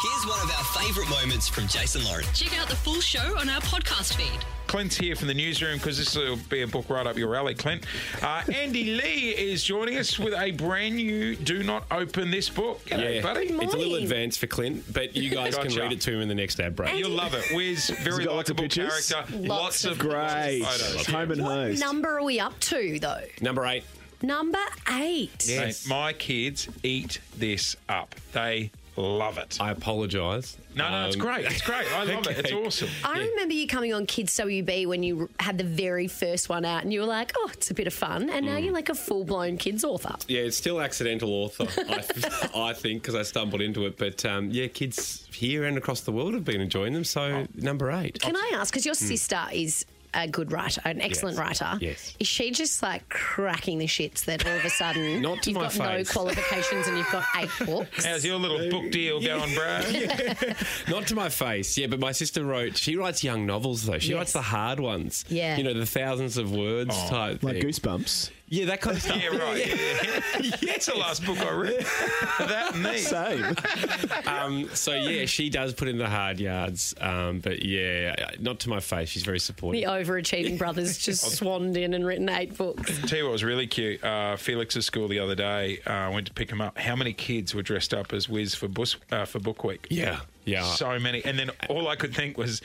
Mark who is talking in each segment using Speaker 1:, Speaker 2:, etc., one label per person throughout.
Speaker 1: Here's one of our favourite moments from Jason Lauren.
Speaker 2: Check out the full show on our podcast feed.
Speaker 3: Clint's here from the newsroom because this will be a book right up your alley, Clint. Uh, Andy Lee is joining us with a brand new Do Not Open This Book. G'day, buddy.
Speaker 4: It's a little advanced for Clint, but you guys can
Speaker 3: Gotcha.
Speaker 4: read it to him in the next ad break.
Speaker 3: You'll love it. Wiz, very
Speaker 5: got lots of
Speaker 3: likable
Speaker 5: pictures?
Speaker 3: character. Lots,
Speaker 2: of
Speaker 3: of
Speaker 5: Great.
Speaker 3: lots of photos.
Speaker 5: Home and host.
Speaker 6: Number are we up to though?
Speaker 4: Number eight.
Speaker 6: Number eight.
Speaker 3: Mate, my kids eat this up. They love it.
Speaker 4: I apologise.
Speaker 3: No, no, it's
Speaker 4: Um,
Speaker 3: great. It's great. I love it. It's awesome.
Speaker 6: I remember you coming on Kids WB when you r- had the very first one out, and you were like, "Oh, it's a bit of fun," and now
Speaker 4: Mm.
Speaker 6: you're like a full blown kids author.
Speaker 4: Yeah, it's still accidental author, I, I think, because I stumbled into it. But um, yeah, kids here and across the world have been enjoying them. So
Speaker 3: Oh.
Speaker 4: number eight.
Speaker 6: Can I ask? Because your sister is a good writer, an excellent
Speaker 4: Mm. Yes.
Speaker 6: writer.
Speaker 4: Yes.
Speaker 6: Is she just like cracking the shits that all of a sudden
Speaker 4: Not to
Speaker 6: you've
Speaker 4: my
Speaker 6: got
Speaker 4: face.
Speaker 6: no qualifications and you've got eight books?
Speaker 3: How's your little book deal going, Brad?
Speaker 4: Not to my face, yeah, but my sister wrote, she writes young novels though. She
Speaker 6: Yes.
Speaker 4: writes the hard ones.
Speaker 6: Yeah.
Speaker 4: You know, the thousands of words type.
Speaker 5: Like
Speaker 4: thing.
Speaker 5: goosebumps.
Speaker 4: Yeah, that kind of stuff.
Speaker 3: Oh. Yeah, right. Yeah. That's the last book I read. that and these.
Speaker 5: Same.
Speaker 4: Um, so yeah, she does put in the hard yards, um, but yeah, not to my face. She's very supportive.
Speaker 6: The overachieving brothers just swanned in and written eight books.
Speaker 3: Tell you what was really cute. Uh, Felix's school the other day, uh, I went to pick him up. How many kids were dressed up as Wiz for, bus, uh, for Book Week?
Speaker 4: Yeah, yeah.
Speaker 3: So many. And then all I could think was,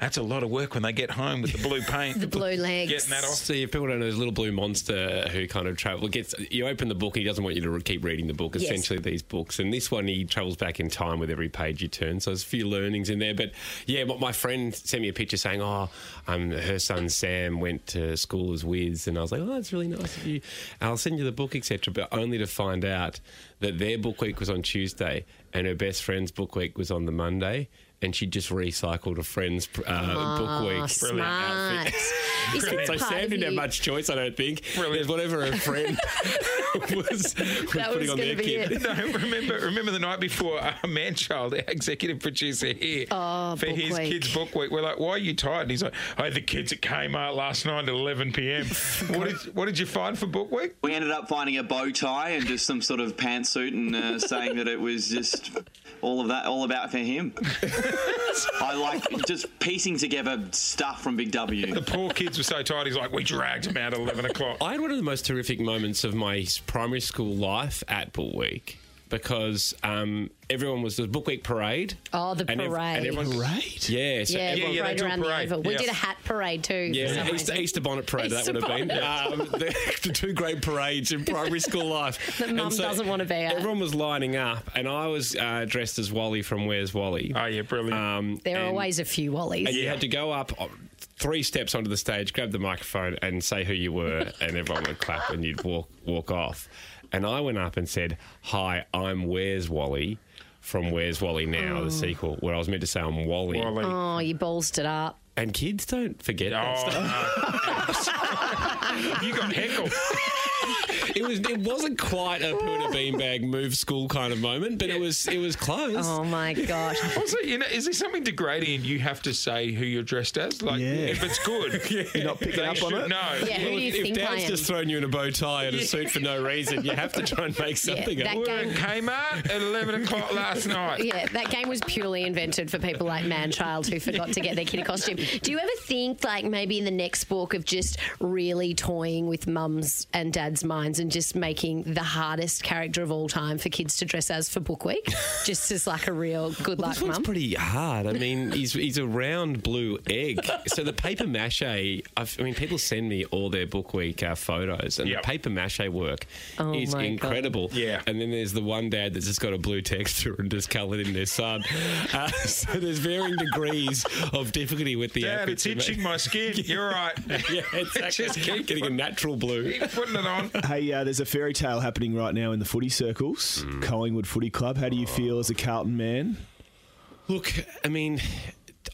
Speaker 3: that's a lot of work when they get home with the blue paint.
Speaker 6: The blue legs.
Speaker 3: Getting that off.
Speaker 4: So if people don't know, there's a little blue monster who kind of travel gets. You open the book, he doesn't want you to re- keep reading the book.
Speaker 6: Yes.
Speaker 4: Essentially, these books, and this one he travels back in time with every page you turn. So there's a few learnings in there. But yeah, my, my friend sent me a picture saying, "Oh, um, her son Sam went to school as Wiz," and I was like, "Oh, that's really nice of you. I'll send you the book, etc." But only to find out that their book week was on Tuesday, and her best friend's book week was on the Monday. And she just recycled a friend's uh, book
Speaker 6: Ah,
Speaker 4: week.
Speaker 6: smart. Is there a
Speaker 4: So
Speaker 6: part
Speaker 4: Sam
Speaker 6: of
Speaker 4: didn't have
Speaker 6: you-
Speaker 4: much choice, I don't think.
Speaker 3: Brilliant.
Speaker 4: There's whatever her friend was, was putting
Speaker 6: was
Speaker 4: on
Speaker 6: gonna
Speaker 4: their
Speaker 6: be
Speaker 4: kid.
Speaker 6: it.
Speaker 3: No, remember, remember the night before, uh, Manchild, our executive producer here, for
Speaker 6: Oh, Book
Speaker 3: his
Speaker 6: Week.
Speaker 3: kids' book week. We're like, "Why are you tired?" And he's like, "I had the kids at Kmart last night at 11 p.m. what did what did you find for book week?"
Speaker 7: We ended up finding a bow tie and just some sort of pantsuit, and uh, saying that it was just all of that, all about for him. I like just piecing together stuff from Big W.
Speaker 3: The poor kids were so tired. He's like, "We dragged him out at 11 o'clock."
Speaker 4: I had one of the most terrific moments of my s- primary school life at Book Week because um, everyone was the Book Week parade.
Speaker 6: Oh, the
Speaker 4: And ev- and
Speaker 6: parade.
Speaker 4: everyone-
Speaker 5: Right?
Speaker 4: Yeah, so
Speaker 6: Yeah,
Speaker 4: everyone-
Speaker 3: yeah,
Speaker 6: we'll
Speaker 3: yeah, they
Speaker 6: parade
Speaker 3: do a
Speaker 6: around
Speaker 3: parade.
Speaker 6: the oval. We
Speaker 3: Yeah.
Speaker 6: did a hat parade too. for some
Speaker 4: Yeah, Easter,
Speaker 6: reason.
Speaker 4: Easter bonnet parade,
Speaker 6: Easter
Speaker 4: that would have been.
Speaker 6: bonnet.
Speaker 4: Um, the, the two great parades in primary school life.
Speaker 6: That
Speaker 4: And
Speaker 6: mum doesn't want to be at.
Speaker 4: Everyone was lining up, and I was uh, dressed as Wally from Where's Wally.
Speaker 3: Oh, yeah, brilliant.
Speaker 4: Um,
Speaker 6: There are
Speaker 4: and-
Speaker 6: always a few Wallies.
Speaker 4: And you had to go up uh, three steps onto the stage, grab the microphone, and say who you were, and everyone would clap, and you'd walk walk off. And I went up and said, "Hi, I'm Where's Wally." From Where's Wally Now, the sequel, where I was meant to say I'm Wally.
Speaker 3: Wally.
Speaker 6: Oh, you ballsed it up.
Speaker 4: And kids don't forget that stuff.
Speaker 3: Oh, no. you got heckled.
Speaker 4: It was it wasn't quite a put a beanbag move school kind of moment, but it was it was close.
Speaker 6: Oh my gosh.
Speaker 3: Also, you know, is there something degrading? in You have to say who you're dressed as. Like,
Speaker 5: Yeah.
Speaker 3: if it's good,
Speaker 5: You're not picking
Speaker 3: they
Speaker 5: up on
Speaker 3: should
Speaker 5: it?
Speaker 3: know.
Speaker 6: Yeah, who do you
Speaker 4: if
Speaker 6: think I
Speaker 4: Dad's
Speaker 6: am?
Speaker 4: just thrown you in a bow tie and a suit for no reason, you have to try and make something
Speaker 6: that
Speaker 4: of
Speaker 3: We
Speaker 4: it.
Speaker 3: were at Kmart at 11 o'clock last night.
Speaker 6: Yeah, that game was purely invented for people like Manchild who forgot to get their kid a costume. Do you ever think, like, maybe in the next book of just really toying with mums and dads' minds and just making the hardest character of all time for kids to dress as for book week? just as, like, a real good
Speaker 4: Well,
Speaker 6: luck
Speaker 4: this one's
Speaker 6: mum?
Speaker 4: pretty hard. I mean, he's he's a round blue egg. So the paper mache. I've, I mean, people send me all their book week uh, photos, and
Speaker 3: Yep.
Speaker 4: the paper mache work
Speaker 6: Oh
Speaker 4: is
Speaker 6: my God.
Speaker 4: incredible.
Speaker 3: Yeah.
Speaker 4: And then there's the one dad that's just got a blue texture and just coloured in their son. Uh, so there's varying degrees of difficulty with the
Speaker 3: Dad, it's
Speaker 4: outfits you make.
Speaker 3: itching my skin. You're right.
Speaker 4: Yeah, exactly.
Speaker 3: Just keep
Speaker 4: getting a natural blue.
Speaker 3: Keep putting it on.
Speaker 5: Hey, uh, there's a fairy tale happening right now in the footy circles.
Speaker 4: Mm.
Speaker 5: Collingwood Footy Club. How do you feel as a Carlton man?
Speaker 4: Look, I mean,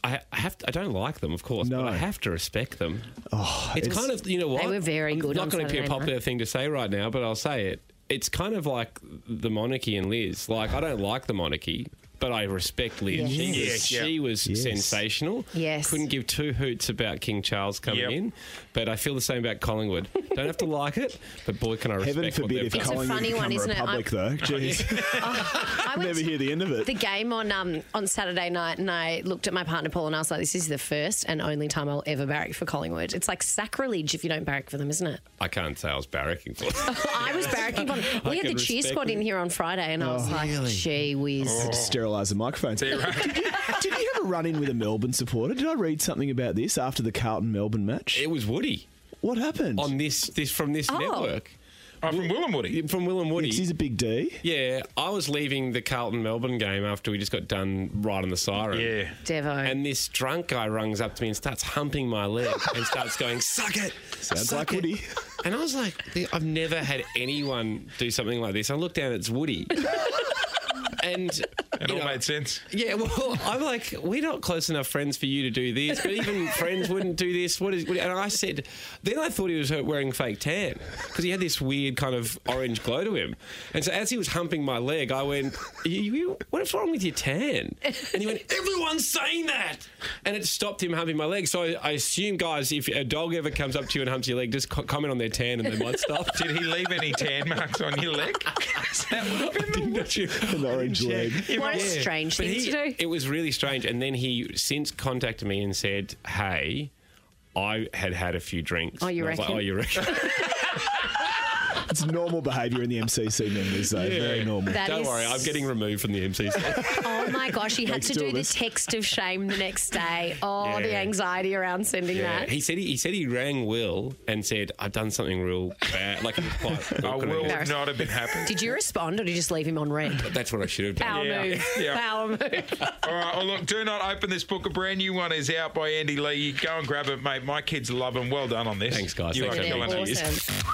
Speaker 4: I I have to, I don't like them, of course,
Speaker 5: No.
Speaker 4: but I have to respect them. Oh, it's,
Speaker 5: it's-
Speaker 4: kind of you know what
Speaker 6: They were very
Speaker 4: I'm
Speaker 6: good
Speaker 4: Not
Speaker 6: on
Speaker 4: going to be a
Speaker 6: Saturday
Speaker 4: popular thing to say right now, but I'll say it. It's kind of like the monarchy and Liz. Like I don't like the monarchy, but I respect Liz.
Speaker 6: Yes.
Speaker 4: She, was,
Speaker 3: Yes.
Speaker 4: she was
Speaker 5: Yes.
Speaker 4: sensational.
Speaker 6: Yes.
Speaker 4: Couldn't give two hoots about King Charles coming
Speaker 3: Yep.
Speaker 4: in, but I feel the same about Collingwood. Don't have to like it, but boy, can I respect
Speaker 5: Heaven
Speaker 4: what
Speaker 5: forbid
Speaker 4: they've
Speaker 5: if
Speaker 4: done.
Speaker 6: It's a
Speaker 5: Collingwood
Speaker 6: funny one,
Speaker 5: become a
Speaker 6: isn't it?
Speaker 5: republic, though. Jeez,
Speaker 6: I went
Speaker 5: never
Speaker 6: to
Speaker 5: hear the end of it.
Speaker 6: the game on um, on Saturday night, and I looked at my partner Paul, and I was like, "This is the first and only time I'll ever barrack for Collingwood. It's like sacrilege if you don't barrack for them, isn't it?"
Speaker 4: I can't say I was barracking for them.
Speaker 6: I was barracking for them. We
Speaker 4: I
Speaker 6: had the
Speaker 4: can
Speaker 6: cheer
Speaker 4: respect
Speaker 6: squad in
Speaker 4: it. Oh.
Speaker 6: here on Friday, and I was like, "Gee whiz."
Speaker 5: sterilise the microphones.
Speaker 3: Yeah, right.
Speaker 5: Did you have a run in with a Melbourne supporter? Did I read something about this after the Carlton Melbourne match?
Speaker 4: It was Woody
Speaker 5: What happened?
Speaker 4: on this this from this
Speaker 6: Oh.
Speaker 4: network
Speaker 3: I'm from Willamwoody.
Speaker 4: from Will and Woody.
Speaker 5: 'Cause he's a big D.
Speaker 4: Yeah, I was leaving the Carlton Melbourne game after we just got done right on the siren.
Speaker 3: Yeah.
Speaker 6: Devo.
Speaker 4: And this drunk guy runs up to me and starts humping my leg and starts going, suck it.
Speaker 5: Sounds
Speaker 4: suck
Speaker 5: like
Speaker 4: it."
Speaker 5: Woody.
Speaker 4: And I was like, I've never had anyone do something like this. I look down, it's Woody. and
Speaker 3: It
Speaker 4: you
Speaker 3: all
Speaker 4: know,
Speaker 3: made sense.
Speaker 4: Yeah, well, I'm like, we're not close enough friends for you to do this, but even friends wouldn't do this. What is? What, and I said, then I thought he was wearing fake tan because he had this weird kind of orange glow to him. And so as he was humping my leg, I went, you, you, "What's wrong with your tan?" And he went, "Everyone's saying that," and it stopped him humping my leg. So I, I assume, guys, if a dog ever comes up to you and humps your leg, just co- comment on their tan and they might stop.
Speaker 3: Did he leave any tan marks on your leg? 'Cause that would have been the
Speaker 4: Didn't you?
Speaker 5: An orange leg.
Speaker 6: What a strange
Speaker 4: But
Speaker 6: thing
Speaker 4: he-
Speaker 6: to do.
Speaker 4: It was really strange. And then he since contacted me and said, "Hey, I had had a few drinks."
Speaker 6: Oh, you
Speaker 4: And I was like,
Speaker 6: reckon?
Speaker 4: oh, you reckon?
Speaker 5: It's normal behaviour in the MCC members, though. Very normal.
Speaker 6: That
Speaker 4: Don't
Speaker 6: is-
Speaker 4: worry, I'm getting removed from the MCC.
Speaker 6: Oh my gosh, he had
Speaker 5: Thanks
Speaker 6: to
Speaker 5: to
Speaker 6: do
Speaker 5: all
Speaker 6: the
Speaker 5: this.
Speaker 6: text of shame the next day. Oh, the
Speaker 4: Yeah.
Speaker 6: anxiety around sending
Speaker 4: yeah.
Speaker 6: that.
Speaker 4: He said he, he said he rang Will and said, "I've done something real bad." Like it was quite.
Speaker 5: Oh,
Speaker 3: I
Speaker 4: awkward.
Speaker 3: will would
Speaker 6: Embarrassing.
Speaker 3: not have been happy.
Speaker 6: Did you respond or did you just leave him on red?
Speaker 4: That's what I should have done.
Speaker 6: Power
Speaker 3: Yeah.
Speaker 6: move.
Speaker 3: Yeah.
Speaker 6: Power move.
Speaker 3: All right. Well, look, do not open this book. A brand new one is out by Andy Lee. You go and grab it, mate. My kids love them. Well done on this.
Speaker 4: Thanks, guys.
Speaker 3: You
Speaker 4: Thanks,
Speaker 3: are
Speaker 4: Andy.
Speaker 3: killing it.
Speaker 4: Thank you.
Speaker 6: Awesome.